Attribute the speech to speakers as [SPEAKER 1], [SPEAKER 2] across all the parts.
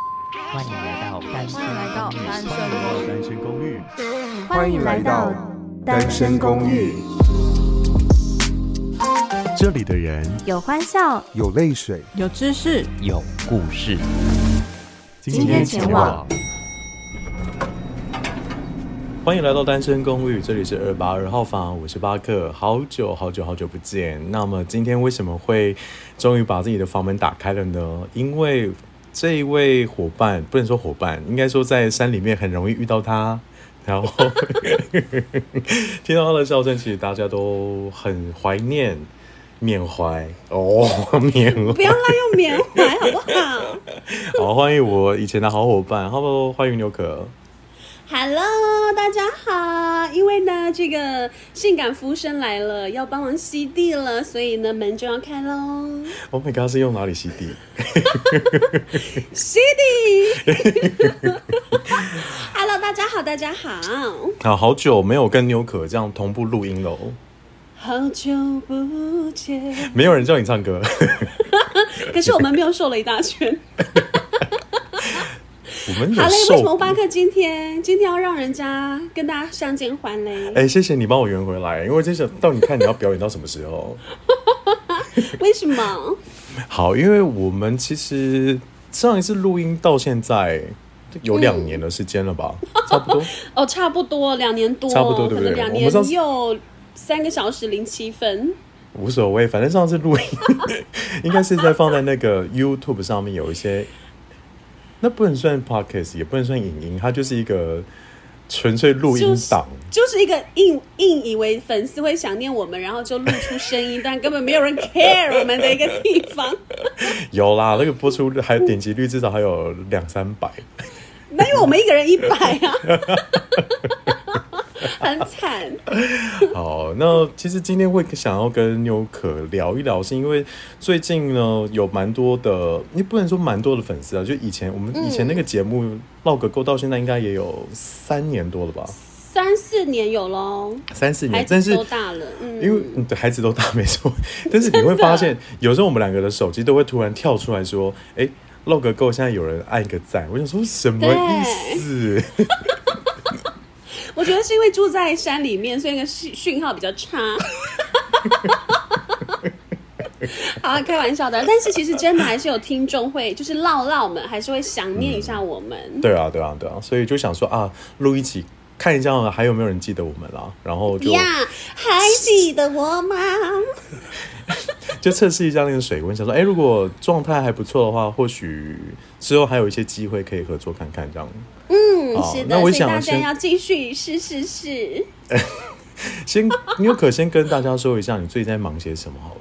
[SPEAKER 1] 欢迎来到单身
[SPEAKER 2] 欢迎来到单身
[SPEAKER 3] 到单身公寓，
[SPEAKER 4] 欢迎来到单身公寓，
[SPEAKER 3] 这里的人
[SPEAKER 4] 有欢笑，
[SPEAKER 5] 有泪水，
[SPEAKER 2] 有知识，
[SPEAKER 1] 有故事。
[SPEAKER 4] 今天前往。
[SPEAKER 6] 欢迎来到单身公寓，这里是二八二号房，我是巴克，好久好久好久不见。那么今天为什么会终于把自己的房门打开了呢？因为这一位伙伴，不能说伙伴，应该说在山里面很容易遇到他，然后 听到他的笑声，其实大家都很怀念。缅怀哦，缅怀，
[SPEAKER 2] 不要滥用缅怀好不好
[SPEAKER 6] 好欢迎我以前的好伙伴，Hello，欢迎牛可。
[SPEAKER 2] ？Hello，大家好，因为呢，这个性感服务生来了，要帮忙吸地了，所以呢，门就要开喽。
[SPEAKER 6] Oh my god，是用哪里吸地？
[SPEAKER 2] 吸地 ，Hello，大家好，大家好，
[SPEAKER 6] 啊，好久没有跟妞可这样同步录音了哦，
[SPEAKER 2] 好久不见，
[SPEAKER 6] 没有人叫你唱歌，
[SPEAKER 2] 可是我们没有瘦了一大圈。
[SPEAKER 6] 我们有
[SPEAKER 2] 好嘞，为什么
[SPEAKER 6] 瘦。
[SPEAKER 2] 巴克今天今天要让人家跟大家相见欢嘞？
[SPEAKER 6] 哎、谢谢你帮我圆回来，因为真想到你看你要表演到什么时候。
[SPEAKER 2] 为什 么？
[SPEAKER 6] 好，因为我们其实上一次录音到现在有两年的时间了 吧，差不多。
[SPEAKER 2] 哦，差不多两年多，
[SPEAKER 6] 差不多
[SPEAKER 2] 可
[SPEAKER 6] 对不对
[SPEAKER 2] 能两
[SPEAKER 6] 我们上
[SPEAKER 2] 年
[SPEAKER 6] 次
[SPEAKER 2] 又三个小时零七分。
[SPEAKER 6] 无所谓，反正上次录音 应该是在放在那个 YouTube 上面有一些，那不能算 Podcast，也不能算影音，它就是一个纯粹录音
[SPEAKER 2] 就是
[SPEAKER 6] 档。
[SPEAKER 2] 就是一个硬硬以为粉丝会想念我们，然后就露出声音，但根本没有人 care 我们的一个地 方。
[SPEAKER 6] 有啦，那个播出率还有点击率至少还有两三百，
[SPEAKER 2] 那因为我们一个人一百 啊，很惨。
[SPEAKER 6] 好，那其实今天会想要跟妞可聊一聊，是因为最近呢有蛮多的，你不能说蛮多的粉丝啊，就以前我
[SPEAKER 2] 嗯
[SPEAKER 6] 们以前那个节目《唠个够》到现在应该也有三年多了吧，
[SPEAKER 2] 三四年有喽，
[SPEAKER 6] 三四
[SPEAKER 2] 孩
[SPEAKER 6] 年，但
[SPEAKER 2] 子
[SPEAKER 6] 是
[SPEAKER 2] 都大了，嗯，
[SPEAKER 6] 因为嗯对孩子都大没 错，但是你会发现，有时候我们两个的手机都会突然跳出来说：“哎、唠个够，现在有人按一个赞。”我想说什么意思？
[SPEAKER 2] 我觉得是因为住在山里面，所以那个讯讯号比较差。 好了，开玩笑的，但是其实真的还是有听众会，就是唠唠们还是会想念一下我们。
[SPEAKER 6] 对啊，对啊，对啊，所以就想说啊，录一起看一下还有没有人记得我们啦，然后就
[SPEAKER 2] 呀，还记得我吗？
[SPEAKER 6] 就测试一下那个水温，想说，哎、如果状态还不错的话，或许之后还有一些机会可以合作看看这样。
[SPEAKER 2] 嗯，
[SPEAKER 6] 好
[SPEAKER 2] 是的，
[SPEAKER 6] 哦那我
[SPEAKER 2] 所以
[SPEAKER 6] 想
[SPEAKER 2] 大家
[SPEAKER 6] 先
[SPEAKER 2] 要继续，是是是。
[SPEAKER 6] 先，你有可先跟大家说一下你最近在忙些什么好了。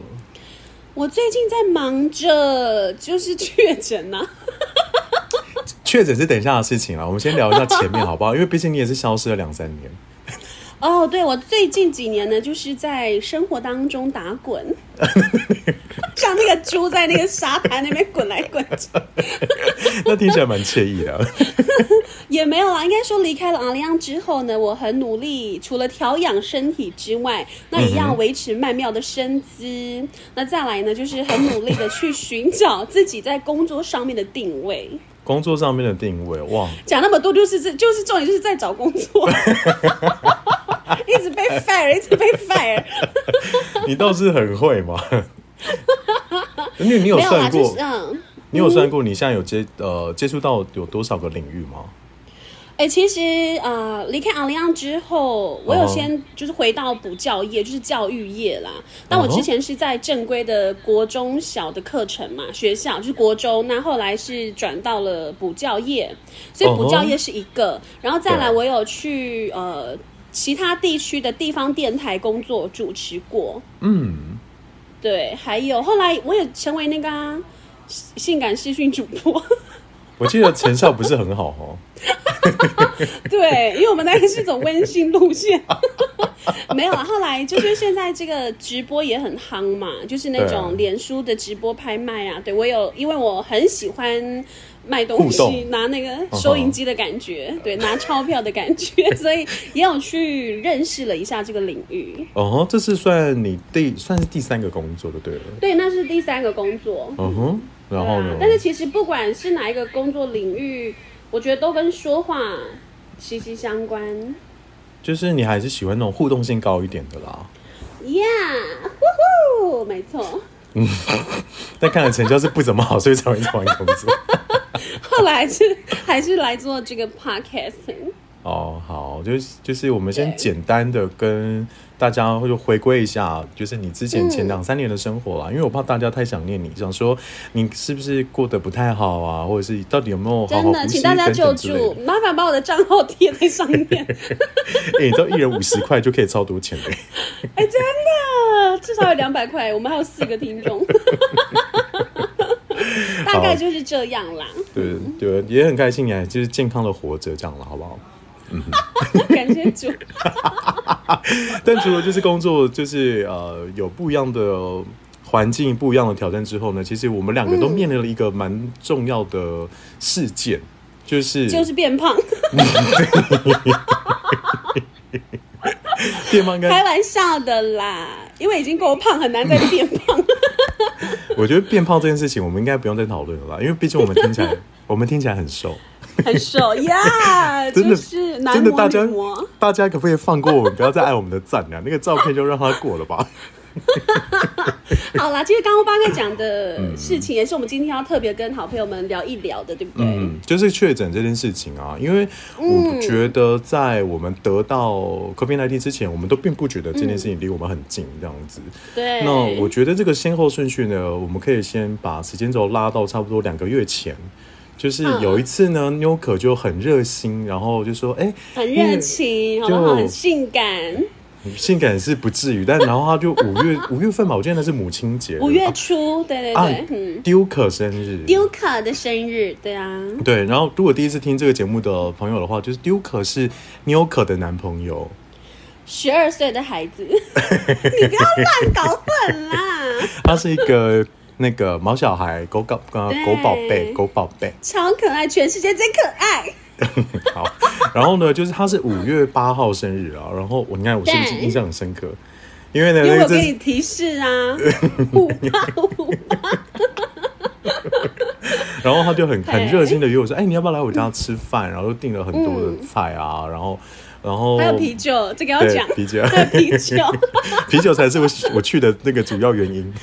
[SPEAKER 2] 我最近在忙着就是确诊啊呐、
[SPEAKER 6] 确诊是等一下的事情啦，我们先聊一下前面好 不好？因为毕竟你也是消失了两三年。
[SPEAKER 2] 哦，对，我最近几年呢，就是在生活当中打 滚，像那个猪在那个沙滩那边滚来滚去，
[SPEAKER 6] 那听起来蛮惬意的。
[SPEAKER 2] 也没有啦。应该说离开了昂利昂之后呢，我很努力，除了调养身体之外，那也
[SPEAKER 6] 嗯
[SPEAKER 2] 要维持曼妙的身姿。那再来呢，就是很努力的去寻找自己在工作上面的定位。
[SPEAKER 6] 工作上面的定位，哇，
[SPEAKER 2] 讲那么多，就是这就是重点，就是在找工 作，一直被 fire，一直被 fire。
[SPEAKER 6] 你倒是很会嘛。 因为你有
[SPEAKER 2] 没有啦，
[SPEAKER 6] 算
[SPEAKER 2] 就
[SPEAKER 6] 过
[SPEAKER 2] 是，嗯。
[SPEAKER 6] 你有算过你现在有接呃接触到有多少个领域吗？
[SPEAKER 2] 哎、其实呃，离开昂利昂之后，我有先就是回到补教业，就是教育业啦。但我之前是在正规的国中小的课程嘛，学校就是国中，那后来是转到了补教业，所以补教业是一个。然后再来，
[SPEAKER 6] 对
[SPEAKER 2] 我有去呃其他地区的地方电台工作主持过，
[SPEAKER 6] 嗯，
[SPEAKER 2] 对，还有后来我也成为那个啊、性感视讯主播。
[SPEAKER 6] 我记得成效不是很好哦。
[SPEAKER 2] 对，因为我们那个是走温馨路线， 没有啊。后来就是现在这个直播也很夯嘛，就是那
[SPEAKER 6] 对啊
[SPEAKER 2] 种脸书的直播拍卖啊。对我有，因为我很喜欢卖东
[SPEAKER 6] 互
[SPEAKER 2] 西，
[SPEAKER 6] 动嗯
[SPEAKER 2] 拿那个收银机的感觉，对，拿钞票的感 觉，所以也有去认识了一下这个领域。
[SPEAKER 6] 哦，这是算你第算是第三个工作就对了。
[SPEAKER 2] 对，那是第三个工作。
[SPEAKER 6] 嗯哼，然后呢
[SPEAKER 2] 对啊？但是其实不管是哪一个工作领域，我觉得都跟说话息息相关。
[SPEAKER 6] 就是你还是喜欢那种互动性高一点的啦。
[SPEAKER 2] Yeah，呼呼，没错。
[SPEAKER 6] 但看来成效是不怎么好，所以才会一直换工作。
[SPEAKER 2] 后来是还是来做这个 podcasting。
[SPEAKER 6] 哦，好，就是就是我们先简单的跟大家就回归一下，就是你之前
[SPEAKER 2] 嗯
[SPEAKER 6] 前两三年的生活啦，因为我怕大家太想念你，想说你是不是过得不太好啊，或者是到底有没有好好
[SPEAKER 2] 真
[SPEAKER 6] 呼
[SPEAKER 2] 的，
[SPEAKER 6] 吸
[SPEAKER 2] 请大家
[SPEAKER 6] 等
[SPEAKER 2] 救
[SPEAKER 6] 等之类
[SPEAKER 2] 助
[SPEAKER 6] 的。，
[SPEAKER 2] 麻烦把我的账号贴在上 面。
[SPEAKER 6] 哎、你知道一人五十块就可以超多钱 的、
[SPEAKER 2] 哎、真的，至少有两百块，我们还有四个听 众，大概就是这样啦。
[SPEAKER 6] 对对，也很开心你还就是健康的活着这样了，好不好？
[SPEAKER 2] 感谢主，
[SPEAKER 6] 但除了就是工作，就是呃有不一样的环境、不一样的挑战之后呢，其实我们两个
[SPEAKER 2] 嗯
[SPEAKER 6] 都面临了一个蛮重要的事件，就是
[SPEAKER 2] 就是变胖，
[SPEAKER 6] 电棒 跟
[SPEAKER 2] 开玩笑的啦，因为已经够胖，很难再变胖。
[SPEAKER 6] 我觉得变胖这件事情，我们应该不用再讨论了啦，因为毕竟我们听 起来，我们听起来很瘦，
[SPEAKER 2] 很 瘦呀，
[SPEAKER 6] 真
[SPEAKER 2] 就
[SPEAKER 6] 的
[SPEAKER 2] 是男
[SPEAKER 6] 真的
[SPEAKER 2] 模
[SPEAKER 6] 大
[SPEAKER 2] 女
[SPEAKER 6] 家
[SPEAKER 2] 模。
[SPEAKER 6] 大家可不可以放过我们，不要再按我们的赞了？那个照片就让它过了吧。
[SPEAKER 2] 好啦，其实刚刚八哥讲的事情，也是我们今天要特别跟好朋友们聊一聊的，对不对？
[SPEAKER 6] 嗯，就是确诊这件事情啊，因为
[SPEAKER 2] 嗯
[SPEAKER 6] 我觉得在我们得到 COVID-19 之前，我们都并不觉得这件
[SPEAKER 2] 嗯
[SPEAKER 6] 事情离我们很近这样子。
[SPEAKER 2] 对。
[SPEAKER 6] 那我觉得这个先后顺序呢，我们可以先把时间轴拉到差不多两个月前。就是
[SPEAKER 2] 嗯
[SPEAKER 6] 有一次呢，妞可就很热心，然后就说：“哎、
[SPEAKER 2] 很热情，好不好？很性感。
[SPEAKER 6] 嗯性感是不至于，但然后他就五月五月份吧，我记得那是母亲节，
[SPEAKER 2] 五月初，对对
[SPEAKER 6] 啊
[SPEAKER 2] 对，嗯，
[SPEAKER 6] 丢可生日，
[SPEAKER 2] 丢可的生日，对啊，
[SPEAKER 6] 对。然后如果第一次听这个节目的朋友的话，就是丢可是妞可的男朋友，
[SPEAKER 2] 十二岁的孩 子，你不要乱搞混啦，
[SPEAKER 6] 他是一个 那个毛小孩狗狗呃
[SPEAKER 2] 对
[SPEAKER 6] 狗宝贝狗宝贝，
[SPEAKER 2] 超可爱，全世界最可爱。
[SPEAKER 6] 好。然后呢，就是他是五月八号生日啊，然后我你看我是不是
[SPEAKER 2] 对
[SPEAKER 6] 印象很深刻？因为呢，
[SPEAKER 2] 因为
[SPEAKER 6] 那
[SPEAKER 2] 我
[SPEAKER 6] 这
[SPEAKER 2] 给你提示 啊，互怕互怕，
[SPEAKER 6] 然后他就很很
[SPEAKER 2] 对
[SPEAKER 6] 热心的约我说，哎，你要不要来我家吃饭？然后就订了很多的菜啊，然后然后
[SPEAKER 2] 嗯还有啤酒，这个要
[SPEAKER 6] 哦对
[SPEAKER 2] 讲，
[SPEAKER 6] 啤酒
[SPEAKER 2] 还有啤酒
[SPEAKER 6] 啤酒才是我我去的那个主要原因。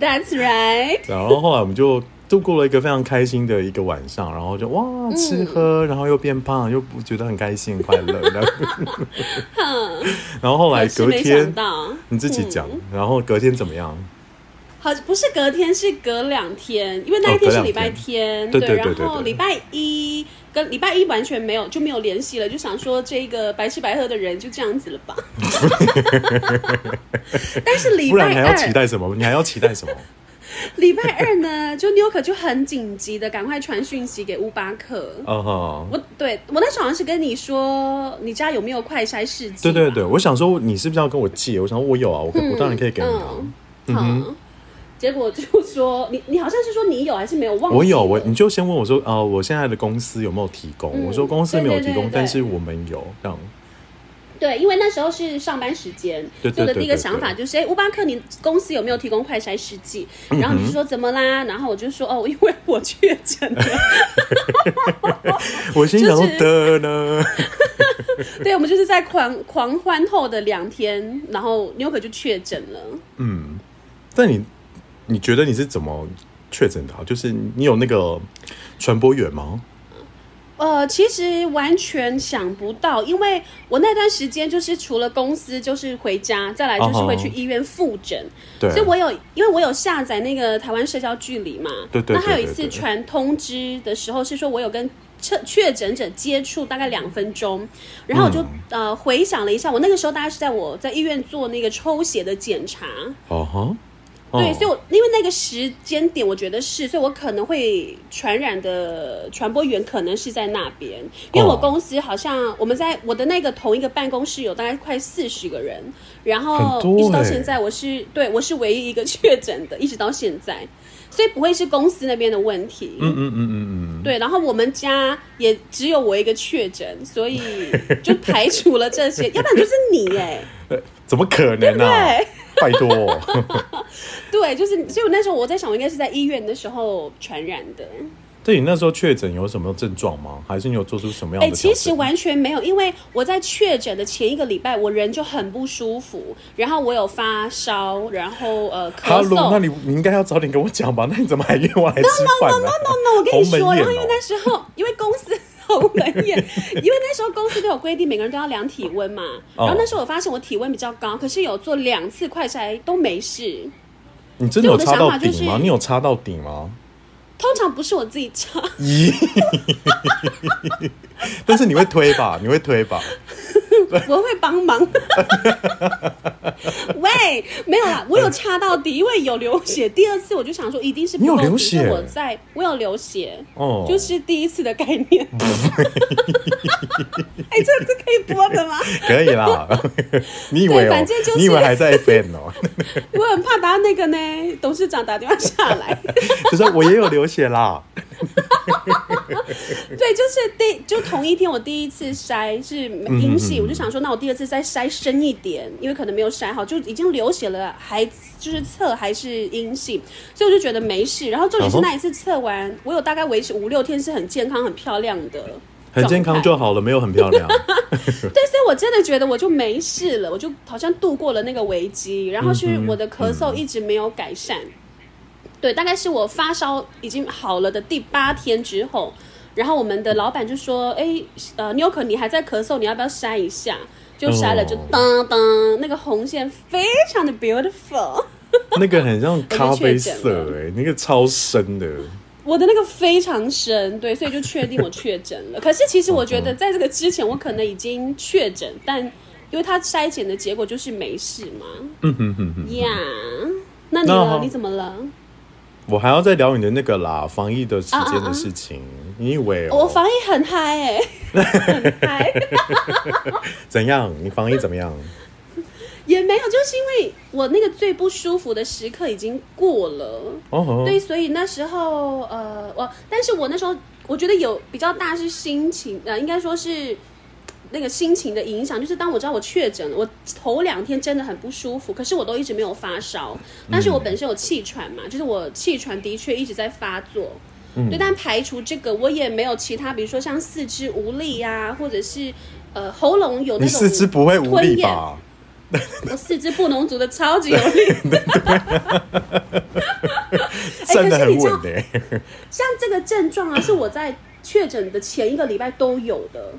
[SPEAKER 2] ，That's right，
[SPEAKER 6] 然后后来我们就度过了一个非常开心的一个晚上，然后就哇
[SPEAKER 2] 嗯
[SPEAKER 6] 吃喝，然后又变胖，又不觉得很开心很快乐。 然后 然后后来
[SPEAKER 2] 可是
[SPEAKER 6] 隔
[SPEAKER 2] 没想
[SPEAKER 6] 天
[SPEAKER 2] 到，
[SPEAKER 6] 你自己讲，
[SPEAKER 2] 嗯
[SPEAKER 6] 然后隔天怎么样？
[SPEAKER 2] 好，不是隔天，是隔两天，因为那一
[SPEAKER 6] 哦隔
[SPEAKER 2] 天是
[SPEAKER 6] 两
[SPEAKER 2] 礼拜
[SPEAKER 6] 天
[SPEAKER 2] 天，
[SPEAKER 6] 对对对对
[SPEAKER 2] 然后
[SPEAKER 6] 对
[SPEAKER 2] 礼拜一跟礼拜一完全没有就没有联系了，就想说这个白吃白喝的人就这样子了 吧。但是礼
[SPEAKER 6] 不然
[SPEAKER 2] 拜
[SPEAKER 6] 你还要期
[SPEAKER 2] 二，
[SPEAKER 6] 待什么？你还要期 待什么？
[SPEAKER 2] 礼拜二呢，就妞可就很紧急的赶快传讯息给乌巴克。
[SPEAKER 6] 嗯哼。
[SPEAKER 2] 我对我那时候好像是跟你说，你家有没有快筛试剂？
[SPEAKER 6] 对对对，我想说你是不是要跟我借？我想说我有啊，我可我当然可以给你啊。
[SPEAKER 2] 嗯好，结果就说你你好像是说你有还是没有忘记了？
[SPEAKER 6] 我有我，你就先问我说，呃，我现在的公司有没有提供？
[SPEAKER 2] 嗯
[SPEAKER 6] 我说公司没有
[SPEAKER 2] 对对
[SPEAKER 6] 提供，
[SPEAKER 2] 对对
[SPEAKER 6] 但是我们有这样。
[SPEAKER 2] 对，因为那时候是上班时间，
[SPEAKER 6] 对对
[SPEAKER 2] 所以我的
[SPEAKER 6] 对
[SPEAKER 2] 第一个
[SPEAKER 6] 对
[SPEAKER 2] 想法
[SPEAKER 6] 对
[SPEAKER 2] 就是，哎，乌巴克，你公司有没有提供快筛试剂？然后你就说怎么啦？然后我就说，哦，因为我确诊了。
[SPEAKER 6] 我心想说
[SPEAKER 2] 就是
[SPEAKER 6] 的呢，
[SPEAKER 2] 对，我们就是在狂狂欢后的两天，然后妞可就确诊了。
[SPEAKER 6] 嗯，但你你觉得你是怎么确诊的、啊？就是你有那个传播源吗？
[SPEAKER 2] 呃，其实完全想不到，因为我那段时间就是除了公司就是回家，再来就是会去
[SPEAKER 6] 哦
[SPEAKER 2] 医院复诊。
[SPEAKER 6] 对，
[SPEAKER 2] 所以我有，因为我有下载那个台湾社交距离嘛，
[SPEAKER 6] 对对对
[SPEAKER 2] 那还有一
[SPEAKER 6] 对
[SPEAKER 2] 次
[SPEAKER 6] 对
[SPEAKER 2] 传通知的时候是说我有跟确确诊者接触大概两分钟，然后我就、
[SPEAKER 6] 嗯
[SPEAKER 2] 呃回想了一下，我那个时候大概是在我在医院做那个抽血的检查，
[SPEAKER 6] 哦哈，
[SPEAKER 2] 对，
[SPEAKER 6] 哦
[SPEAKER 2] 所以我因为那个时间点，我觉得是，所以我可能会传染的传播源可能是在那边，因为我
[SPEAKER 6] 哦
[SPEAKER 2] 公司好像我们在我的那个同一个办公室有大概快四十个人，然后
[SPEAKER 6] 很多
[SPEAKER 2] 一直到
[SPEAKER 6] 欸
[SPEAKER 2] 现在我是对我是唯一一个确诊的，一直到现在，所以不会是公司那边的问题。
[SPEAKER 6] 嗯嗯嗯嗯嗯，
[SPEAKER 2] 对，然后我们家也只有我一个确诊，所 以就排除了这些，要不然就是你哎、
[SPEAKER 6] 呃怎么可能呢、啊？
[SPEAKER 2] 对，
[SPEAKER 6] 拜托、
[SPEAKER 2] 对，就是，所以我那时候我在想，我应该是在医院的时候传染的。
[SPEAKER 6] 对你那时候确诊有什么症状吗？还是你有做出什么样
[SPEAKER 2] 哎、
[SPEAKER 6] 的？
[SPEAKER 2] 其实，完全没有，因为我在确诊的前一个礼拜，我人就很不舒服，然后我有发烧，然后呃咳
[SPEAKER 6] Hello，
[SPEAKER 2] 嗽。
[SPEAKER 6] 那你你应该要早点跟我讲吧？那你怎么还约我来吃饭啊呢、
[SPEAKER 2] 哦，那我跟你说，
[SPEAKER 6] 鸿门
[SPEAKER 2] 然
[SPEAKER 6] 宴哦
[SPEAKER 2] 后因为那时候，因为公 司鸿门宴，因为那时候公司都有规定，每个人都要量体温嘛。
[SPEAKER 6] 哦
[SPEAKER 2] 然后那时候我发现我体温比较高，可是有做两次快筛都没事。
[SPEAKER 6] 你真的有插
[SPEAKER 2] 所以
[SPEAKER 6] 到
[SPEAKER 2] 我的想法
[SPEAKER 6] 底吗？
[SPEAKER 2] 就是
[SPEAKER 6] 你有插到底吗？
[SPEAKER 2] 通常不是我自己查，
[SPEAKER 6] 咦，但是你会推 吧？你会推吧？
[SPEAKER 2] 我会帮 忙。喂，没有啦，我有插到底，因为有流血。第二次我就想说，一定是不
[SPEAKER 6] 你有
[SPEAKER 2] 够低
[SPEAKER 6] 流血
[SPEAKER 2] 因为我在我有流血，
[SPEAKER 6] 哦
[SPEAKER 2] 就是第一次的概念。 哎、这这可以播的吗？
[SPEAKER 6] 可以啦。你以为
[SPEAKER 2] 对
[SPEAKER 6] 哦、
[SPEAKER 2] 反正就是
[SPEAKER 6] 你以为还在 FN 哦、
[SPEAKER 2] 我很怕打那个呢，董事长打电话下来。
[SPEAKER 6] 就说我也有流血啦。
[SPEAKER 2] 对，就是第就同一天，我第一次筛是阴
[SPEAKER 6] 嗯
[SPEAKER 2] 性，我就想说，那我第二次再筛深一点，因为可能没有筛好，就已经流血了，还就是测还是阴性，所以我就觉得没事。然后重点是
[SPEAKER 6] 嗯哼
[SPEAKER 2] 那一次测完，我有大概维持五六天是很健康、很漂亮的。
[SPEAKER 6] 很健康就好了，没有很漂亮。
[SPEAKER 2] 对，所以我真的觉得我就没事了，我就好像度过了那个危机，然后是我的咳嗽一直没有改善，对，大概是我发烧已经好了的第八天之后，然后我们的老板就说，哎，呃，妞可你还在咳嗽，你要不要筛一下？就筛了，就
[SPEAKER 6] 哦
[SPEAKER 2] 当当，那个红线非常的 beautiful，
[SPEAKER 6] 那个很像咖啡
[SPEAKER 2] 我就
[SPEAKER 6] 色
[SPEAKER 2] 确
[SPEAKER 6] 哎、那个超深的。
[SPEAKER 2] 我的那个非常深，对，所以就确定我确诊了。可是其实我
[SPEAKER 6] 嗯
[SPEAKER 2] 觉得在这个之前，我可能已经确诊，但因为他筛检的结果就是没事嘛，
[SPEAKER 6] 嗯哼哼哼，
[SPEAKER 2] 呀那你
[SPEAKER 6] 那
[SPEAKER 2] 呢
[SPEAKER 6] 好？
[SPEAKER 2] 你怎么了？
[SPEAKER 6] 我还要再聊你的那个啦，防疫的时间的事情。你以为、哦
[SPEAKER 2] 啊我防疫很嗨 哎、很嗨，
[SPEAKER 6] 怎样？你防疫怎么样？
[SPEAKER 2] 也没有，就是因为我那个最不舒服的时刻已经过了，
[SPEAKER 6] 哦吼，
[SPEAKER 2] 对，所以那时候呃，我但是我那时候我觉得有比较大是心情，呃，应该说是。那个心情的影响，就是当我知道我确诊了，我头两天真的很不舒服，可是我都一直没有发烧，
[SPEAKER 6] 嗯
[SPEAKER 2] 但是我本身有气喘嘛，就是我气喘的确一直在发作，
[SPEAKER 6] 嗯
[SPEAKER 2] 对，但排除这个，我也没有其他，比如说像四肢无力呀、或者是呃喉咙有那
[SPEAKER 6] 你
[SPEAKER 2] 种
[SPEAKER 6] 四肢不会无
[SPEAKER 2] 吞
[SPEAKER 6] 力
[SPEAKER 2] 咽
[SPEAKER 6] 吧？
[SPEAKER 2] 我四肢不能族的超级有力。 哎
[SPEAKER 6] 站
[SPEAKER 2] 可是
[SPEAKER 6] 得很
[SPEAKER 2] 你知道
[SPEAKER 6] 稳的、欸
[SPEAKER 2] 像这个症状啊，是我在确诊的前一个礼拜都有的。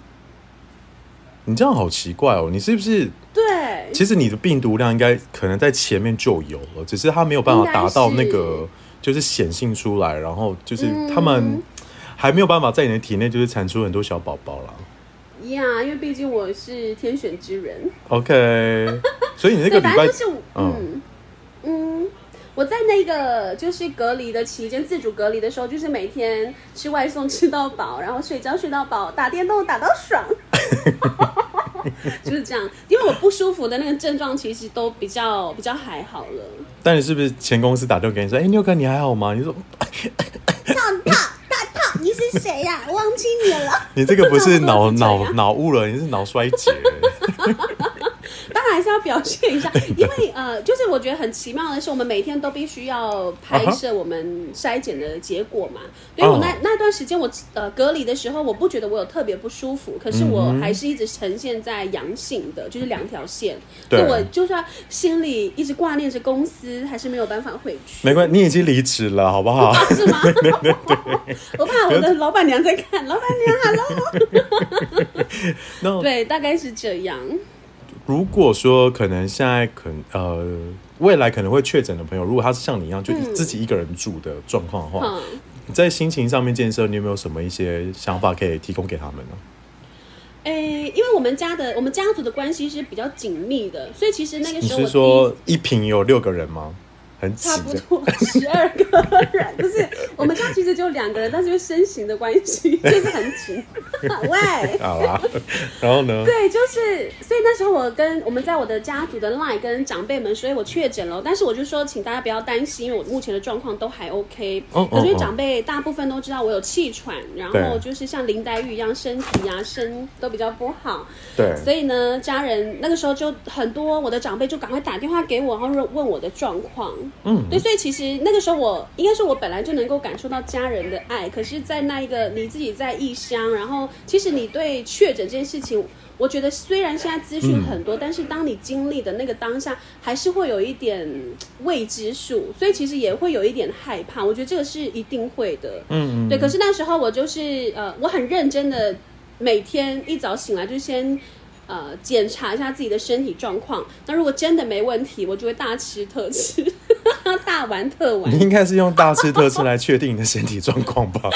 [SPEAKER 6] 你这样好奇怪哦！你是不是？
[SPEAKER 2] 对，
[SPEAKER 6] 其实你的病毒量应该可能在前面就有了，只是它没有办法达到那个，就是显性出来，然后就是
[SPEAKER 2] 嗯
[SPEAKER 6] 他们还没有办法在你的体内就是产出很多小宝宝啦。
[SPEAKER 2] 呀，因为毕竟我是天选之人。
[SPEAKER 6] OK，所以 你那个
[SPEAKER 2] 对，
[SPEAKER 6] 礼
[SPEAKER 2] 反正
[SPEAKER 6] 拜
[SPEAKER 2] 就是嗯嗯，我在那个就是隔离的期间，自主隔离的时候，就是每天吃外送吃到饱，然后睡觉睡到饱，打电动打到 爽。就是这样，因为我不舒服的那个症状其实都比较比较还好 了。
[SPEAKER 6] 但你是不是前公司打电话给你说，哎、妞哥你还好吗？你说啊
[SPEAKER 2] 你是谁呀、忘记你了。
[SPEAKER 6] 你这个 不是脑
[SPEAKER 2] 差不多是这样
[SPEAKER 6] 脑脑雾了，你是脑衰竭。
[SPEAKER 2] 当然还是要表现 一下，因为呃，就是我觉得很奇妙的是，我们每天都必须要拍摄我们筛检的结果嘛。所以我那
[SPEAKER 6] 啊哦
[SPEAKER 2] 那段时间我呃隔离的时候，我不觉得我有特别不舒服，可是我
[SPEAKER 6] 嗯
[SPEAKER 2] 还是一直呈现在阳性的，就是两条线。
[SPEAKER 6] 对
[SPEAKER 2] 所以我就算心里一直挂念着公司，还是没有办法回去。
[SPEAKER 6] 没关系，你已经离职了，好 不好？
[SPEAKER 2] 是吗？ 我怕我的老板娘在看，老板娘 hello。
[SPEAKER 6] 那
[SPEAKER 2] 对，大概是这样。
[SPEAKER 6] 如果说可能现在可能呃未来可能会确诊的朋友，如果他是像你一样就
[SPEAKER 2] 嗯
[SPEAKER 6] 自己一个人住的状况的话，
[SPEAKER 2] 嗯。
[SPEAKER 6] 你在心情上面建设，你有没有什么一些想法可以提供给他们呢？
[SPEAKER 2] 诶、因为我们家的我们家族的关系是比较紧密的，所以其实那个
[SPEAKER 6] 你
[SPEAKER 2] 时候我第
[SPEAKER 6] 是
[SPEAKER 2] 一
[SPEAKER 6] 说一瓶有六个人吗？很挤
[SPEAKER 2] 差不
[SPEAKER 6] 的。
[SPEAKER 2] 多 十二个人，不是我们家其实就两个人，但是因为身形的关系，就是很 紧。喂，
[SPEAKER 6] 好 啦，然后呢？
[SPEAKER 2] 对，就是所以那时候我跟我们在我的家族的 line 跟长辈们，所以我确诊了，但是我就说请大家不要担心，因为我目前的状况都还 OK。
[SPEAKER 6] 哦
[SPEAKER 2] 可是因为
[SPEAKER 6] 哦哦
[SPEAKER 2] 长辈大部分都知道我有气喘，然后
[SPEAKER 6] 对
[SPEAKER 2] 就是像林黛玉一样，身体啊身都比较不好。
[SPEAKER 6] 对，
[SPEAKER 2] 所以呢，家人那个时候就很多我的长辈就赶快打电话给我，然后问问我的状况。
[SPEAKER 6] 嗯
[SPEAKER 2] 对，所以其实那个时候我应该说，我本来就能够感受到家人的爱，可是，在那一个你自己在异乡，然后其实你对确诊这件事情，我觉得虽然现在资讯
[SPEAKER 6] 嗯
[SPEAKER 2] 很多，但是当你经历的那个当下，还是会有一点未知数，所以其实也会有一点害怕。我觉得这个是一定会的。
[SPEAKER 6] 嗯嗯，
[SPEAKER 2] 对，可是那时候我就是呃，我很认真的，每天一早醒来就先呃检查一下自己的身体状况。那如果真的没问题，我就会大吃特吃， 大玩特 玩
[SPEAKER 6] 你。应该是用大吃特吃来确定你的身体状况吧？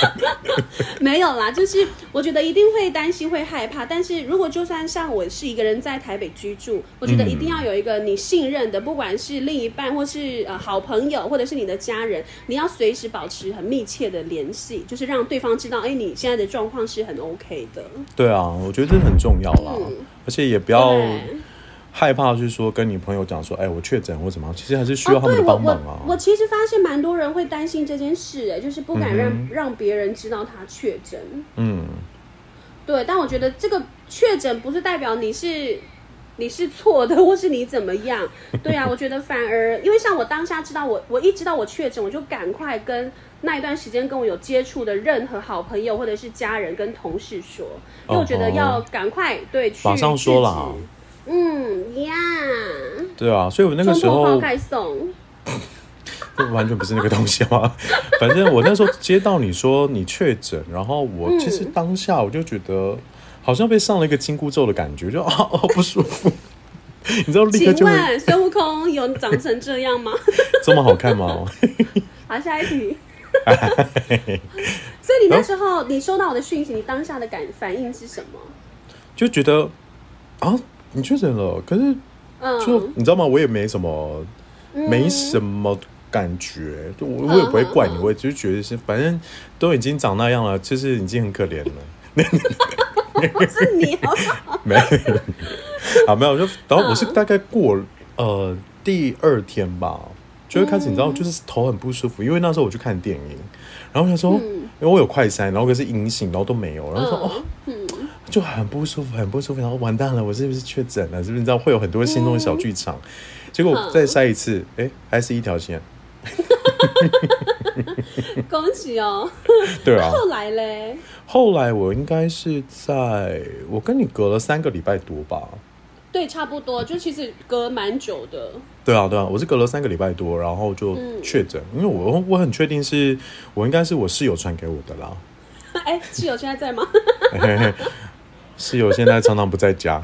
[SPEAKER 2] 没有啦，就是我觉得一定会担心、会害怕，但是如果就算像我是一个人在台北居住，我觉得一定要有一个你信任的，不管是另一半或是呃好朋友，或者是你的家人，你要随时保持很密切的联系，就是让对方知道，哎，你现在的状况是很 OK 的。
[SPEAKER 6] 对啊，我觉得这很重要啦，
[SPEAKER 2] 嗯
[SPEAKER 6] 而且也不要
[SPEAKER 2] 对
[SPEAKER 6] 害怕去说跟你朋友讲说，哎、我确诊或怎么样，其实还是需
[SPEAKER 2] 哦，
[SPEAKER 6] 要他们的帮忙
[SPEAKER 2] 对
[SPEAKER 6] 啊。
[SPEAKER 2] 我我我其实发现蛮多人会担心这件事、哎，就是不敢让、让别人知道他确诊。
[SPEAKER 6] 嗯，
[SPEAKER 2] 对，但我觉得这个确诊不是代表你是你是错的，或是你怎么 样。对啊，我觉得反而因为像我当下知道我我一知道我确诊，我就赶快跟那一段时间跟我有接触的任何好朋友或者是家人跟同事说，因为我觉得要赶快对去
[SPEAKER 6] 哦马上说啦
[SPEAKER 2] 制止嗯呀，
[SPEAKER 6] 对啊，所以我那个
[SPEAKER 2] 冲
[SPEAKER 6] 时
[SPEAKER 2] 破
[SPEAKER 6] 候
[SPEAKER 2] 抛开送。
[SPEAKER 6] 完全不是那个东西嘛。 反正我那时候接到你说你确诊，然后
[SPEAKER 2] 嗯
[SPEAKER 6] 我其实当下我就觉得好像被上了一个紧箍咒的感觉，就 啊哦不舒服。 你知道立刻
[SPEAKER 2] 请
[SPEAKER 6] 就会
[SPEAKER 2] 问孙悟空有长成这样吗？
[SPEAKER 6] 这么好看吗？
[SPEAKER 2] 好，下一题。所以你那
[SPEAKER 6] 哦
[SPEAKER 2] 时候你收到我的讯息，你当下的感反应是什么？
[SPEAKER 6] 就觉得啊你确诊了，可是就、
[SPEAKER 2] 嗯，
[SPEAKER 6] 你知道吗？我也没什么，没什么感觉，就我我也不会怪你，我也就觉得是反正都已经长那样了，就是已经很可怜了。
[SPEAKER 2] 是你哦好
[SPEAKER 6] 没 啊，没有，就然后我是大概过、呃第二天吧，就会开始你知道，就是头很不舒服，因为那时候我去看电影，然后我想说，因为我有快筛，然后可是阴性，然后都没有，然后
[SPEAKER 2] 嗯
[SPEAKER 6] 说、哦，就很不舒服，很不舒服，然后完蛋了，我是不是确诊了？是不是你知道会有很多心动的小剧场？结果再筛一次，哎、还是一条线，
[SPEAKER 2] 恭喜哦。
[SPEAKER 6] 对啊。
[SPEAKER 2] 后来嘞，
[SPEAKER 6] 后来我应该是在我跟你隔了三个礼拜多吧，
[SPEAKER 2] 对，差不多，就其实隔蛮久的。
[SPEAKER 6] 对啊，对啊，我是隔了三个礼拜多，然后就确诊，因为我我很确定是我应该是我室友传给我的啦。
[SPEAKER 2] 哎，室友现在在吗？
[SPEAKER 6] 室友现在常常不在家，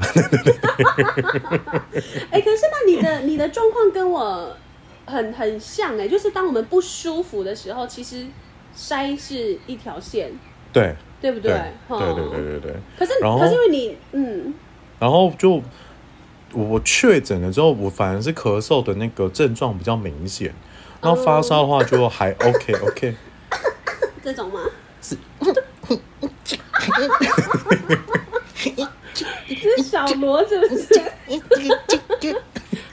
[SPEAKER 2] 哎，可是那你的你的状况跟我很很像哎，就是当我们不舒服的时候，其实筛是一条线，
[SPEAKER 6] 对
[SPEAKER 2] 对不
[SPEAKER 6] 对
[SPEAKER 2] 对
[SPEAKER 6] 对对对。对对。
[SPEAKER 2] 可是
[SPEAKER 6] 然后
[SPEAKER 2] 可是因为你嗯。
[SPEAKER 6] 然后就我我确诊了之后，我反而是咳嗽的那个症状比较明显，然后发烧的话就
[SPEAKER 2] 哦
[SPEAKER 6] 还 OK OK。
[SPEAKER 2] 这种吗？是。这是小罗是不是？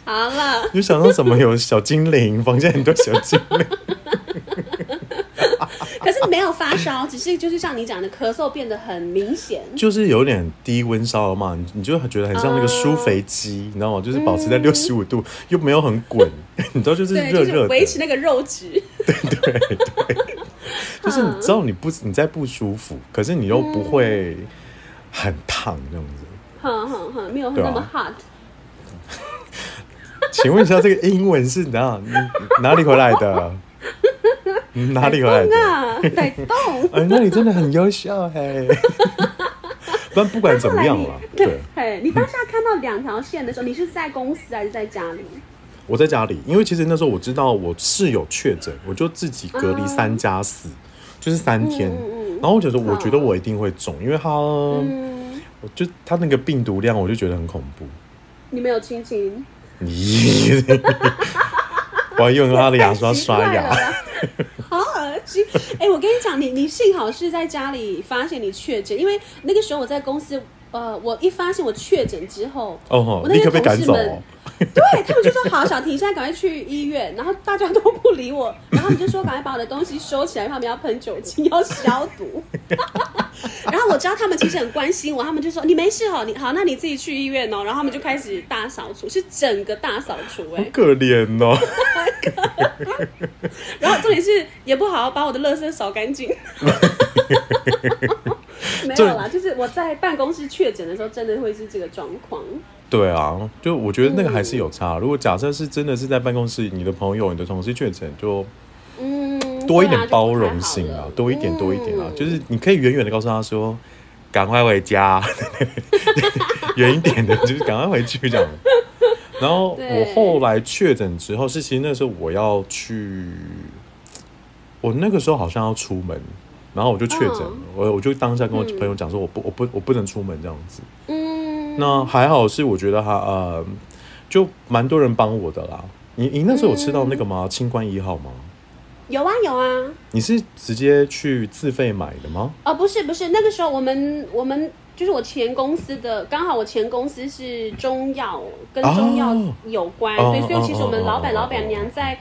[SPEAKER 2] 好了，
[SPEAKER 6] 就想到怎么有小精灵，房间很多小精灵。
[SPEAKER 2] 可是没有发烧，只是就是像你讲的，咳嗽变得很明显。
[SPEAKER 6] 就是有点低温烧了嘛，你你就觉得很像那个舒肥鸡，你知道吗？就是保
[SPEAKER 2] 嗯
[SPEAKER 6] 持在六十五度，又没有很滚，你知道就是
[SPEAKER 2] 对，
[SPEAKER 6] 热
[SPEAKER 2] 就是
[SPEAKER 6] 热的，
[SPEAKER 2] 维持那个肉质。
[SPEAKER 6] 就是你知道你不你在不舒服，可是你又不会
[SPEAKER 2] 嗯
[SPEAKER 6] 很烫这样子。
[SPEAKER 2] 哼哼哼，没有
[SPEAKER 6] 对啊
[SPEAKER 2] 那么 hot。
[SPEAKER 6] 请问一下，这 个英文是哪你哪里回来的？嗯哪里回来的？
[SPEAKER 2] 那得动。
[SPEAKER 6] 哎，那你真的很优秀 嘿。不然不管怎么样了，对
[SPEAKER 2] 对，，嘿，你当下看到两条线的时候，你是在公司还是在家里？
[SPEAKER 6] 我在家里，因为其实那时候我知道我室友确诊，我就自己隔
[SPEAKER 2] 啊
[SPEAKER 6] 离三加四，就是三天。然后我觉得，我觉得我一定会中，因为他，
[SPEAKER 2] 嗯，
[SPEAKER 6] 我就他那个病 毒量，我就觉得很恐怖。
[SPEAKER 2] 你没有亲亲，
[SPEAKER 6] 咦， 我还用他的牙刷刷
[SPEAKER 2] 太奇怪
[SPEAKER 6] 牙。
[SPEAKER 2] 了 啦。好恶心！哎、我跟你讲，你你幸好是在家里发现你确诊，因为那个时候我在公司，呃，我一发现我确诊之后，
[SPEAKER 6] 哦吼
[SPEAKER 2] 我那
[SPEAKER 6] 立
[SPEAKER 2] 些
[SPEAKER 6] 刻被
[SPEAKER 2] 同
[SPEAKER 6] 赶
[SPEAKER 2] 事
[SPEAKER 6] 走
[SPEAKER 2] 们
[SPEAKER 6] 哦，
[SPEAKER 2] 对他们就说好，小婷现在赶快去医院，然后大家都不理我，然后他们就说赶快把我的东西收起来，因为他们要喷酒精，要消毒。 然后我知道他们其实很关心我，他们就说你没事哦，你好，那你自己去医院哦。然后他们就开始大扫除，是整个大扫除哎、
[SPEAKER 6] 好可怜哦。
[SPEAKER 2] 然后重点是也不好好把我的垃圾扫干净。 没有啦，就是我在办公室确诊的时候，真的会是这个状况。
[SPEAKER 6] 对啊，就我觉得那个还
[SPEAKER 2] 嗯
[SPEAKER 6] 是有差。如果假设是真的是在办公室，你的朋友、你的同事确诊，就
[SPEAKER 2] 嗯，
[SPEAKER 6] 多一
[SPEAKER 2] 对啊
[SPEAKER 6] 点包容性啊，多一点，多一
[SPEAKER 2] 嗯
[SPEAKER 6] 点啊，就是你可以远远的告诉他说，赶快回家， 远一点的，就是赶快回去这样。然后我
[SPEAKER 2] 对
[SPEAKER 6] 后来确诊之后，是其实那时候我要去，我那个时候好像要出门，然后我就确诊了
[SPEAKER 2] 嗯，
[SPEAKER 6] 我我就当下跟我朋友讲说，我不我不我不能出门这样子。
[SPEAKER 2] 嗯，
[SPEAKER 6] 那还好是我觉得他呃，就蛮多人帮我的啦。你你那时候有吃到那个
[SPEAKER 2] 嗯
[SPEAKER 6] 吗？清冠一号吗？
[SPEAKER 2] 有啊有啊，
[SPEAKER 6] 你是直接去自费买的吗？
[SPEAKER 2] 哦，不是不是，那个时候我们我们就是我前公司的，刚好我前公司是中药，跟中药
[SPEAKER 6] 哦
[SPEAKER 2] 有关，所
[SPEAKER 6] 哦
[SPEAKER 2] 以所以其实我们老
[SPEAKER 6] 哦
[SPEAKER 2] 板
[SPEAKER 6] 哦哦
[SPEAKER 2] 老板娘在。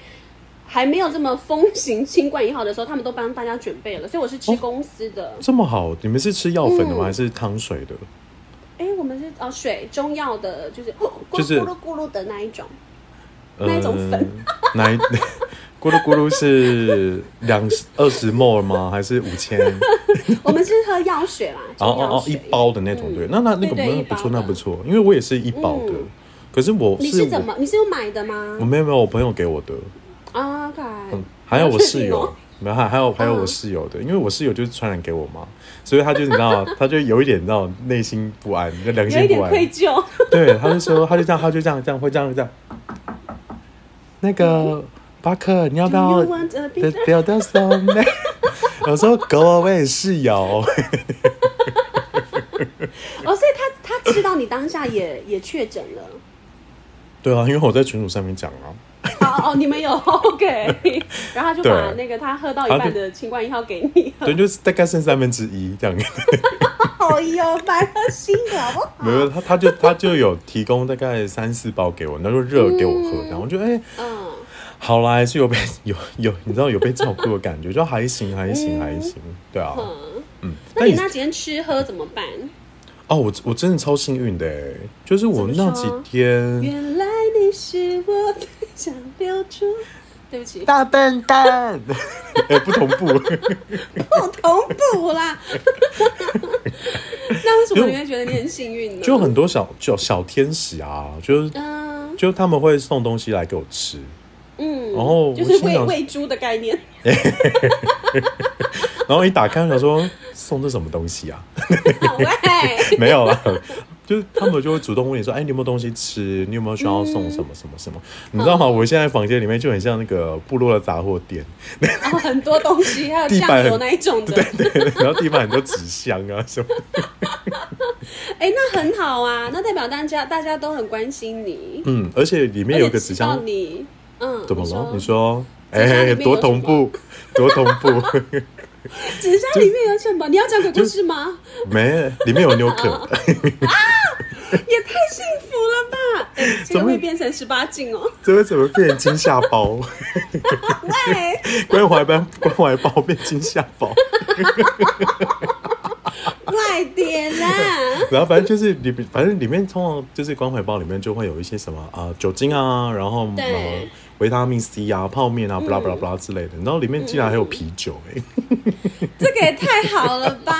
[SPEAKER 2] 还没有这么风行新冠一号的时候，他们都帮大家准备了，所以我是吃
[SPEAKER 6] 哦
[SPEAKER 2] 公司的。
[SPEAKER 6] 这么好，你们是吃药粉的吗？
[SPEAKER 2] 嗯
[SPEAKER 6] 还是汤水的？
[SPEAKER 2] 哎、我们是哦水中药的，就是咕
[SPEAKER 6] 就是
[SPEAKER 2] 噜咕噜咕噜的那一种。那一种粉
[SPEAKER 6] 呃，哪一 咕噜咕噜是两二十 more 吗？还是五 千？
[SPEAKER 2] 我们是喝药水啦，
[SPEAKER 6] 哦
[SPEAKER 2] 中
[SPEAKER 6] 哦
[SPEAKER 2] 药
[SPEAKER 6] 哦，
[SPEAKER 2] 水。
[SPEAKER 6] 一包的那种，对，那那那
[SPEAKER 2] 对
[SPEAKER 6] 个
[SPEAKER 2] 对
[SPEAKER 6] 那
[SPEAKER 2] 一
[SPEAKER 6] 不
[SPEAKER 2] 包
[SPEAKER 6] 错，
[SPEAKER 2] 的
[SPEAKER 6] 那不错，因为我也是一包的
[SPEAKER 2] 嗯，
[SPEAKER 6] 可是我
[SPEAKER 2] 你
[SPEAKER 6] 是
[SPEAKER 2] 是怎
[SPEAKER 6] 我
[SPEAKER 2] 么？你是有买的吗
[SPEAKER 6] 我没有没有，我朋友给我的，
[SPEAKER 2] 啊？OK，
[SPEAKER 6] 嗯，还有我室
[SPEAKER 2] 你有确定
[SPEAKER 6] 友
[SPEAKER 2] 哦，
[SPEAKER 6] 没有还还有还有我
[SPEAKER 2] 嗯
[SPEAKER 6] 室友的，因为我室友就是传染给我嘛，所以他就你知道，他就有一点那种内心不安，就良
[SPEAKER 2] 有一
[SPEAKER 6] 心不
[SPEAKER 2] 点
[SPEAKER 6] 安，
[SPEAKER 2] 愧疚。
[SPEAKER 6] 对，他就说，他就这样，他就这样，这样会这样这样。那个巴 克，你要不
[SPEAKER 2] Do
[SPEAKER 6] 要
[SPEAKER 2] you want a
[SPEAKER 6] the
[SPEAKER 2] pizza？
[SPEAKER 6] the the song？我说 Go away 室友，
[SPEAKER 2] 哦，所以他他知道你当下也也确诊了。
[SPEAKER 6] 对啊，因为我在群组上面讲啊，
[SPEAKER 2] 哦哦，你们有 OK，然 后他就把
[SPEAKER 6] 对
[SPEAKER 2] 那个他喝到
[SPEAKER 6] 他
[SPEAKER 2] 一半
[SPEAKER 6] 就
[SPEAKER 2] 的清冠一号给 你，
[SPEAKER 6] 对，就是大概剩三分之一这样。哎
[SPEAKER 2] 好哟，买了新的好不好？
[SPEAKER 6] 没有，他他就他就有提供大概三四包给我，那就热给我喝，然后我就哎、
[SPEAKER 2] 嗯，
[SPEAKER 6] 好啦，还是有被 有有，你知道有被照顾的感觉，就还行还行还行，对啊，嗯，
[SPEAKER 2] 那
[SPEAKER 6] 但
[SPEAKER 2] 你
[SPEAKER 6] 你
[SPEAKER 2] 那几天吃喝怎么办？
[SPEAKER 6] 哦，我我真的超幸运的欸，就是我
[SPEAKER 2] 怎么
[SPEAKER 6] 那几
[SPEAKER 2] 说
[SPEAKER 6] 天，
[SPEAKER 2] 原来你是我最想留住。对不起，
[SPEAKER 6] 大笨蛋，哎、不同步，
[SPEAKER 2] 不同步啦。那为什么你会觉得你很幸运呢？
[SPEAKER 6] 就很多小就小天使啊，就是
[SPEAKER 2] 嗯
[SPEAKER 6] 就他们会送东西来给我吃，
[SPEAKER 2] 嗯，
[SPEAKER 6] 然后
[SPEAKER 2] 就
[SPEAKER 6] 我
[SPEAKER 2] 是
[SPEAKER 6] 心
[SPEAKER 2] 喂
[SPEAKER 6] 想
[SPEAKER 2] 喂猪的概 念。
[SPEAKER 6] 然后一打开我想说送这什么东西啊，
[SPEAKER 2] 喂，
[SPEAKER 6] 没有啦。 就是他们就会主动问你说：“哎，你有没有东西吃？你有没有需要
[SPEAKER 2] 嗯
[SPEAKER 6] 送什么什么什么？”你知道吗？我现在房间里面就很像那个部落的杂货店，
[SPEAKER 2] 然后很多东西，还有
[SPEAKER 6] 地板
[SPEAKER 2] 酱
[SPEAKER 6] 很
[SPEAKER 2] 油那一种的。
[SPEAKER 6] 对，然后地板很多纸箱啊什么的。
[SPEAKER 2] 哎、那很好啊，那代表大家大家都很关心你，
[SPEAKER 6] 嗯，而且里面有个纸
[SPEAKER 2] 而
[SPEAKER 6] 箱
[SPEAKER 2] 且知道，你，嗯，
[SPEAKER 6] 怎么了？你
[SPEAKER 2] 你
[SPEAKER 6] 说，
[SPEAKER 2] 纸箱里
[SPEAKER 6] 哎，
[SPEAKER 2] 面有
[SPEAKER 6] 多同步，多同步，
[SPEAKER 2] 纸箱里面有什么？你要讲鬼故事吗？
[SPEAKER 6] 没，里面有牛可，
[SPEAKER 2] 也太幸福了吧！哎、这
[SPEAKER 6] 怎
[SPEAKER 2] 个
[SPEAKER 6] 么
[SPEAKER 2] 会变成十八禁 哦。
[SPEAKER 6] 这为什么变成惊吓包？
[SPEAKER 2] 喂，
[SPEAKER 6] 关怀包，关怀包变惊吓包。
[SPEAKER 2] 快点啊 啦！
[SPEAKER 6] 然后反正就是里，反正里面通常就是关怀包里面就会有一些什么啊、呃酒精啊，然后
[SPEAKER 2] 对嗯
[SPEAKER 6] 呃维他命 C 啊、泡面啊，不啦不啦不啦之类的。然后里面竟然还有啤酒、欸，
[SPEAKER 2] 这个也太好了 吧！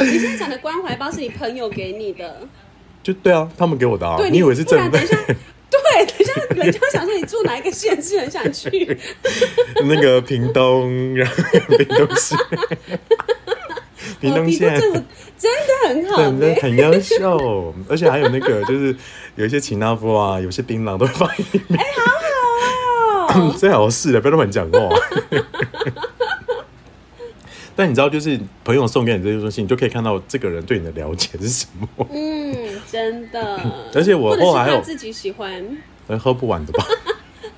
[SPEAKER 2] 你现在讲的关怀包是你朋友给你的，
[SPEAKER 6] 就对啊，他们给我的啊，
[SPEAKER 2] 对，
[SPEAKER 6] 你以为是
[SPEAKER 2] 不然
[SPEAKER 6] 正
[SPEAKER 2] 等
[SPEAKER 6] 的
[SPEAKER 2] 一？下， 对，等一下人家想说你住哪一个县市，很想 去。
[SPEAKER 6] 那个屏东，然后屏东市， 哦屏
[SPEAKER 2] 我
[SPEAKER 6] 东
[SPEAKER 2] 皮肤
[SPEAKER 6] 县。
[SPEAKER 2] 政府真的很好、欸，
[SPEAKER 6] 对，们很优秀，而且还有那个，就是有一些秦纳夫啊，有些槟榔都会放里面。
[SPEAKER 2] 哦
[SPEAKER 6] 最好是的，不要乱讲话。 但你知道，就是朋友送给你这些东西，你就可以看到这个人对你的了解是什么。
[SPEAKER 2] 嗯，真的
[SPEAKER 6] 。而且我
[SPEAKER 2] 或者
[SPEAKER 6] 后来
[SPEAKER 2] 是
[SPEAKER 6] 还有
[SPEAKER 2] 他自己喜欢，
[SPEAKER 6] 喝不完的吧？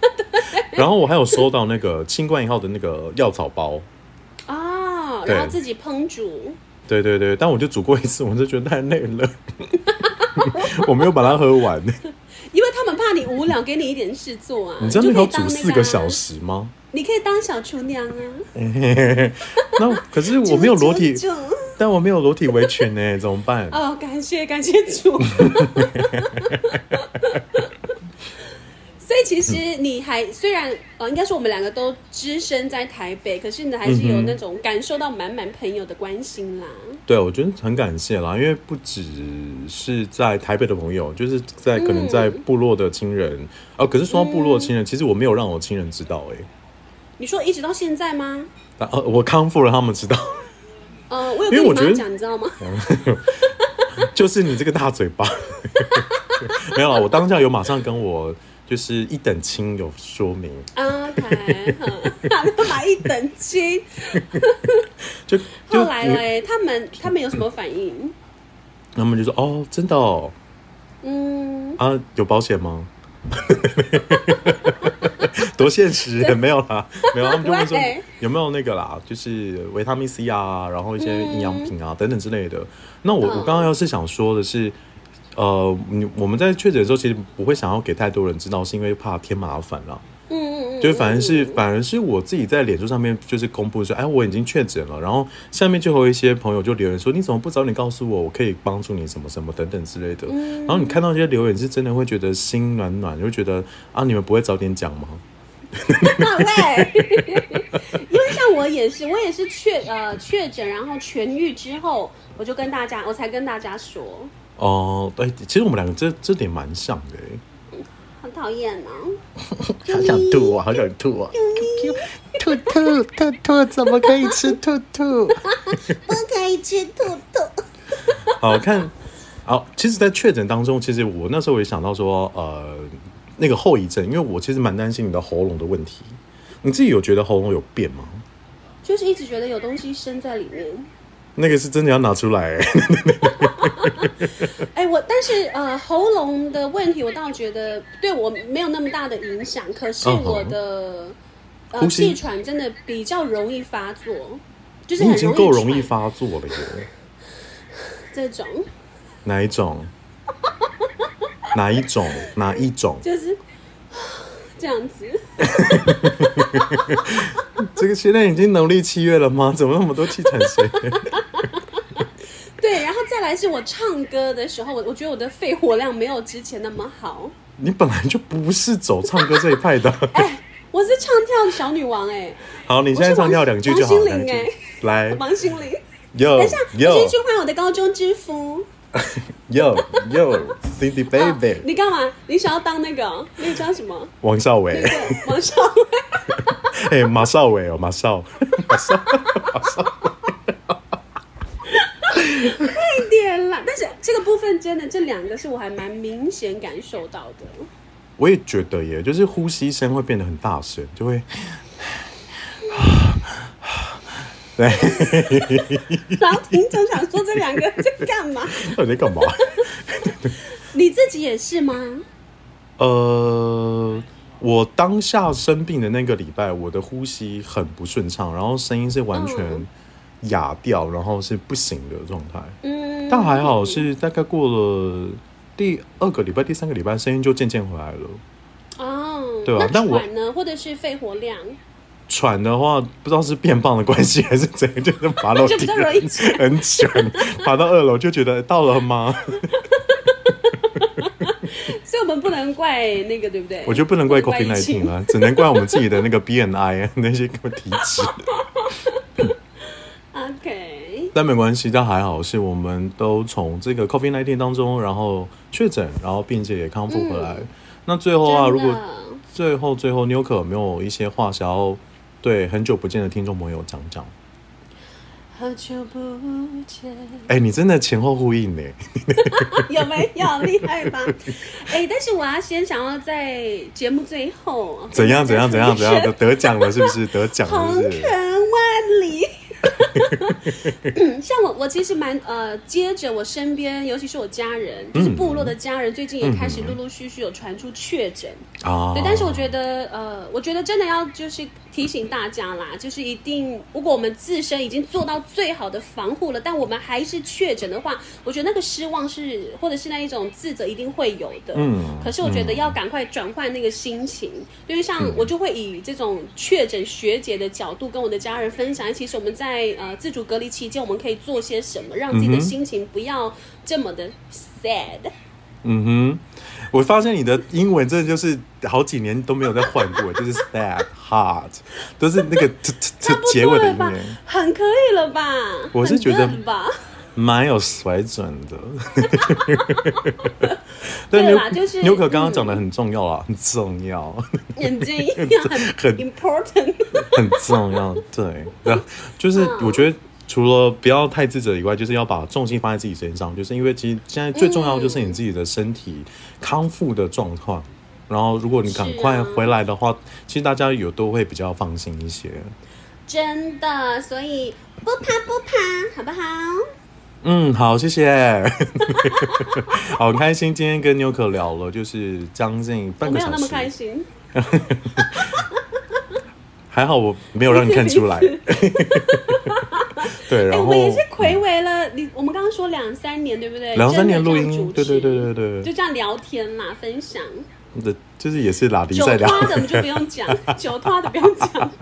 [SPEAKER 6] 然后我还有收到那个清冠一号的那个药草包，
[SPEAKER 2] 啊，
[SPEAKER 6] 对
[SPEAKER 2] 然后自己烹煮，
[SPEAKER 6] 对对对，但我就煮过一次，我就觉得太累了， 我没有把它 喝完。
[SPEAKER 2] 因为他们怕你无聊，给你一点事做啊。
[SPEAKER 6] 你真的
[SPEAKER 2] 就
[SPEAKER 6] 有
[SPEAKER 2] 可以当
[SPEAKER 6] 煮
[SPEAKER 2] 那啊
[SPEAKER 6] 四个小，时吗？
[SPEAKER 2] 你可以当小厨娘啊。
[SPEAKER 6] 那可是我没有裸体
[SPEAKER 2] 煮，煮煮
[SPEAKER 6] 但我没有裸体围裙呢、怎么办？
[SPEAKER 2] 哦，感谢感谢 主。所以其实你还虽然呃，应该说我们两个都只身在台北，可是你还是有那种感受到满满朋友的关心啦。
[SPEAKER 6] 对，我觉得很感谢啦，因为不只是在台北的朋友，就是在可能在部落的亲人啊。可是说到部落
[SPEAKER 2] 嗯
[SPEAKER 6] 的亲人，其实我没有让我亲人知道哎、
[SPEAKER 2] 你说一直到现在吗？
[SPEAKER 6] 但呃，我康复了，他们知道，
[SPEAKER 2] 呃，我有
[SPEAKER 6] 因为
[SPEAKER 2] 跟你
[SPEAKER 6] 我觉
[SPEAKER 2] 妈
[SPEAKER 6] 得
[SPEAKER 2] 讲，你知道吗？
[SPEAKER 6] 就是你这个大嘴 巴。没有啦，我当下有马上跟我就是一等亲有说明，
[SPEAKER 2] 啊，台， 他都买一等亲。
[SPEAKER 6] 就
[SPEAKER 2] 后
[SPEAKER 6] 就
[SPEAKER 2] 来
[SPEAKER 6] 你
[SPEAKER 2] 嘞，他们他们有什么反应？
[SPEAKER 6] 他们就说哦，真的哦，
[SPEAKER 2] 嗯，
[SPEAKER 6] 啊，有保 险吗？多现实，没有啦，没有。他们就问说
[SPEAKER 2] 喂
[SPEAKER 6] 有没有那个啦，就是维他命 C 啊，然后一些营养品
[SPEAKER 2] 嗯
[SPEAKER 6] 啊、等等之类的。那我、我刚刚要是想说的是，呃，你我们在确诊的时候，其实不会想要给太多人知道，是因为怕添麻烦啦。
[SPEAKER 2] 嗯嗯嗯，
[SPEAKER 6] 就是反而是
[SPEAKER 2] 嗯
[SPEAKER 6] 反而是我自己在脸书上面就是公布说，哎，我已经确诊了，然后下面就有一些朋友就留言说，你怎么不早点告诉我，我可以帮助你什么什么等等之类的。然后你看到这些留言，是真的会觉得心暖暖，就会觉得啊，你们不会早点讲吗？
[SPEAKER 2] 好累，因为像我也是，我也是确呃确诊，然后痊愈之后，我就跟大家，我才跟大家说，
[SPEAKER 6] 哦、对，其实我们两个这这点蛮像的欸、
[SPEAKER 2] 很讨厌啊。
[SPEAKER 6] 好想吐啊，好想吐啊！
[SPEAKER 1] 兔兔兔兔怎么可以吃兔兔？
[SPEAKER 2] 不可以吃兔兔。
[SPEAKER 6] 好看，好，其实，在确诊当中，其实我那时候也想到说，呃，那个后遗症，因为我其实蛮担心你的喉咙的问题。你自己有觉得喉咙有变吗？
[SPEAKER 2] 就是一直觉得有东西生在里面。
[SPEAKER 6] 那个是真的要拿 出来、欸，
[SPEAKER 2] 哎、我但是呃喉咙的问题，我倒觉得对我没有那么大的影响，可是
[SPEAKER 6] 嗯哼
[SPEAKER 2] 我的、呃
[SPEAKER 6] 呼吸
[SPEAKER 2] 气喘真的比较容易发作，就是
[SPEAKER 6] 你
[SPEAKER 2] 很
[SPEAKER 6] 已经
[SPEAKER 2] 容易
[SPEAKER 6] 够容易
[SPEAKER 2] 喘
[SPEAKER 6] 发作了耶。
[SPEAKER 2] 这种。
[SPEAKER 6] 哪 一种？哪一种？哪一种？
[SPEAKER 2] 就是啊这样子。
[SPEAKER 6] 这个现在已经农历七月了吗？怎么那么多气喘声？
[SPEAKER 2] 对，然后再来是我唱歌的时候，我我觉得我的肺活量没有之前那么好。
[SPEAKER 6] 你本来就不是走唱歌这一 派的。
[SPEAKER 2] 哎我是唱跳小女王哎、
[SPEAKER 6] 好，你现在唱跳两句就好
[SPEAKER 2] 我是
[SPEAKER 6] 了
[SPEAKER 2] 王心。凌欸
[SPEAKER 6] 来
[SPEAKER 2] 王心凌。
[SPEAKER 6] ，Yo
[SPEAKER 2] 等一下，我先去
[SPEAKER 6] Yo
[SPEAKER 2] 换我的高中制服。
[SPEAKER 6] Yo Yo Cindy
[SPEAKER 2] 啊
[SPEAKER 6] Baby，
[SPEAKER 2] 你干嘛？你想要当那个哦、那个叫什么？
[SPEAKER 6] 王少 伟
[SPEAKER 2] 那，个王少 伟。
[SPEAKER 6] 哎，马少伟哦，马少，
[SPEAKER 2] 一点啦。但是这个部分真的，这两个是我还蛮明显感受到的。
[SPEAKER 6] 我也觉得耶，就是呼吸声会变得很大声，就会。 对，
[SPEAKER 2] 然后听众想说这两个在干嘛？
[SPEAKER 6] 到底在干嘛？
[SPEAKER 2] 你自己也是吗？
[SPEAKER 6] 呃，我当下生病的那个礼拜，我的呼吸很不顺畅，然后声音是完全
[SPEAKER 2] 嗯
[SPEAKER 6] 哑掉，然后是不行的状态。
[SPEAKER 2] 嗯，
[SPEAKER 6] 但还好是大概过了第二个礼拜、第三个礼拜，声音就渐渐回来了。
[SPEAKER 2] 哦，
[SPEAKER 6] 对啊
[SPEAKER 2] 那
[SPEAKER 6] 但我
[SPEAKER 2] 喘呢，或者是肺活量，
[SPEAKER 6] 喘的话，不知道是变胖的关系还是怎样，就是爬楼
[SPEAKER 2] 就 比
[SPEAKER 6] 梯
[SPEAKER 2] 较容易喘
[SPEAKER 6] 很喘，爬到二楼就觉得到了吗？
[SPEAKER 2] 所以我们不能怪那个，对不对？
[SPEAKER 6] 我觉得不能怪
[SPEAKER 2] 不
[SPEAKER 6] COVID
[SPEAKER 2] 能疫情
[SPEAKER 6] nineteen 了，只能怪我们自己的那个 BNI 啊那些个体脂。
[SPEAKER 2] OK，
[SPEAKER 6] 但没关系，但还好是我们都从这个 COVID 1 9当中，然后确诊，然后并且也康复回来。那最后啊，
[SPEAKER 2] 真的
[SPEAKER 6] 如果最后最后，妞可有没有一些话想要对很久不见的听众朋友讲讲？
[SPEAKER 2] 好久不见，
[SPEAKER 6] 哎、你真的前后呼应呢。
[SPEAKER 2] 有没有厉害 吧？哎，但是我要先想要在节目最后
[SPEAKER 6] 怎样怎样怎样怎样得得奖了是不是？得奖了是
[SPEAKER 2] 红
[SPEAKER 6] 不是
[SPEAKER 2] 尘？万里， 像我，我其实蛮呃，接着我身边，尤其是我家人，就
[SPEAKER 6] 嗯
[SPEAKER 2] 是部落的家人，最近也开始陆陆续续有传出确诊。
[SPEAKER 6] 啊，
[SPEAKER 2] 对，但是我觉得，呃，我觉得真的要就是提醒大家啦，就是一定，如果我们自身已经做到最好的防护了，但我们还是确诊的话，我觉得那个失望是，或者是那一种自责一定会有的。
[SPEAKER 6] 嗯嗯
[SPEAKER 2] 可是我觉得要赶快转换那个心情，因为像我就会以这种确诊学姐的角度跟我的家人分享，其实我们在呃自主隔离期间，我们可以做些什么，让自己的心情不要这么的 sad。
[SPEAKER 6] 嗯哼，我发现你的英文真的就是好几年都没有再换过，就是 sad hard，都是那个 t t
[SPEAKER 2] 差不
[SPEAKER 6] t 结
[SPEAKER 2] 多
[SPEAKER 6] 尾的
[SPEAKER 2] 了
[SPEAKER 6] 音
[SPEAKER 2] 吧
[SPEAKER 6] 耶，，
[SPEAKER 2] 很可以了吧？
[SPEAKER 6] 我是
[SPEAKER 2] 很
[SPEAKER 6] 觉得
[SPEAKER 2] good 吧，
[SPEAKER 6] 蛮有水准 的。
[SPEAKER 2] 对
[SPEAKER 6] 牛
[SPEAKER 2] 啦就是嗯
[SPEAKER 6] 牛可刚刚讲的很重要啊，很重要，
[SPEAKER 2] 眼睛要很
[SPEAKER 6] 很
[SPEAKER 2] important。
[SPEAKER 6] 很重要。对，那就是
[SPEAKER 2] 嗯
[SPEAKER 6] 我觉得。除了不要太自责以外，就是要把重心放在自己身上，就是因为其实现在最重要的就是你自己的身体康复的状况。然后，如果你赶快
[SPEAKER 2] 是啊
[SPEAKER 6] 回来的话，其实大家有都会比较放心一些。
[SPEAKER 2] 真的，所以不怕不怕，好不好？
[SPEAKER 6] 嗯，好，谢 谢。好，很开心今天跟牛可聊了，就是将近
[SPEAKER 2] 我
[SPEAKER 6] 半个
[SPEAKER 2] 没有
[SPEAKER 6] 小
[SPEAKER 2] 那
[SPEAKER 6] 时。
[SPEAKER 2] 么开心，
[SPEAKER 6] 还好我没有让你看出来。 对，
[SPEAKER 2] 哎、
[SPEAKER 6] 然
[SPEAKER 2] 我
[SPEAKER 6] 后
[SPEAKER 2] 们也是暌违了。你我们刚刚说两三年，对不对？
[SPEAKER 6] 两三年录
[SPEAKER 2] 真的这样主
[SPEAKER 6] 音，对
[SPEAKER 2] 持
[SPEAKER 6] 对对对
[SPEAKER 2] 就
[SPEAKER 6] 对，
[SPEAKER 2] 这样聊天啦，分享。
[SPEAKER 6] 的就是也是拉迪
[SPEAKER 2] 酒
[SPEAKER 6] 在聊。
[SPEAKER 2] 托的我们就不用 讲，酒托的不用讲。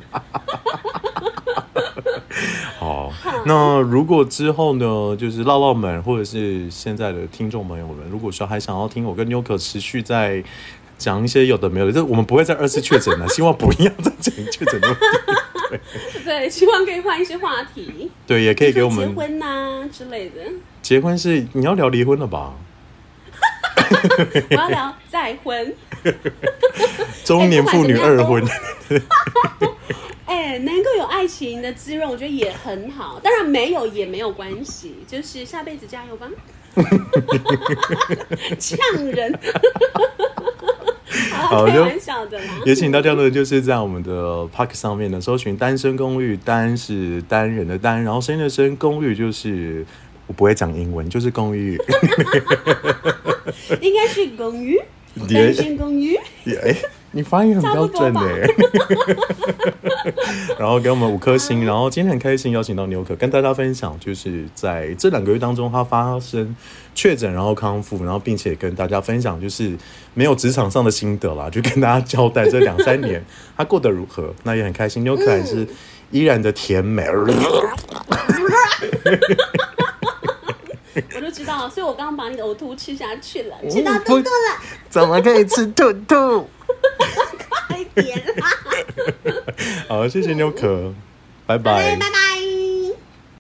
[SPEAKER 6] 好，哦那如果之后呢，就是唠唠们或者是现在的听众朋友们，如果说还想要听我跟妞可持续在讲一些有的没有的，这我们不会再二次确 诊了，希望不要再讲确诊的问题。
[SPEAKER 2] 对，希望可以换一些话题，
[SPEAKER 6] 对，也可以给我
[SPEAKER 2] 说
[SPEAKER 6] 们
[SPEAKER 2] 结婚呐、之类的。
[SPEAKER 6] 结婚是你要聊离婚了吧？
[SPEAKER 2] 我要聊再婚。
[SPEAKER 6] 中年妇女二婚，
[SPEAKER 2] 哎，能够有爱情的滋润，我觉得也很好。当然没有也没有关系，就是下辈子加油吧。 呛人，好
[SPEAKER 6] 好
[SPEAKER 2] 啦，开
[SPEAKER 6] 就
[SPEAKER 2] 玩笑的啦。
[SPEAKER 6] 也请大家呢，就是在我们的 Park 上面呢，搜寻“单身公寓”，单是单人的单，然后声音的声，公寓就是我不会讲英文，就是公寓。
[SPEAKER 2] 应该是公寓，
[SPEAKER 6] 你
[SPEAKER 2] 单身公寓。
[SPEAKER 6] 也哎、你发音很标准
[SPEAKER 2] 差
[SPEAKER 6] 呢、
[SPEAKER 2] 不多
[SPEAKER 6] 然后给我们五颗
[SPEAKER 2] 嗯
[SPEAKER 6] 星，然后今天很开心邀请到牛可跟大家分享，就是在这两个月当中他发生确诊，然后康复，然后并且跟大家分享就是没有职场上的心得啦，就 跟大家交代这两三年他过得如何。那也很开心，牛可还是依然的甜美。
[SPEAKER 2] 我就知道，所以我刚刚把你的呕吐吃下去了， 吃到肚
[SPEAKER 1] 不
[SPEAKER 2] 肚了，
[SPEAKER 1] 怎么可以吃兔兔？
[SPEAKER 2] 快点啦！
[SPEAKER 6] 好，谢谢牛可，拜哎
[SPEAKER 2] 拜拜拜。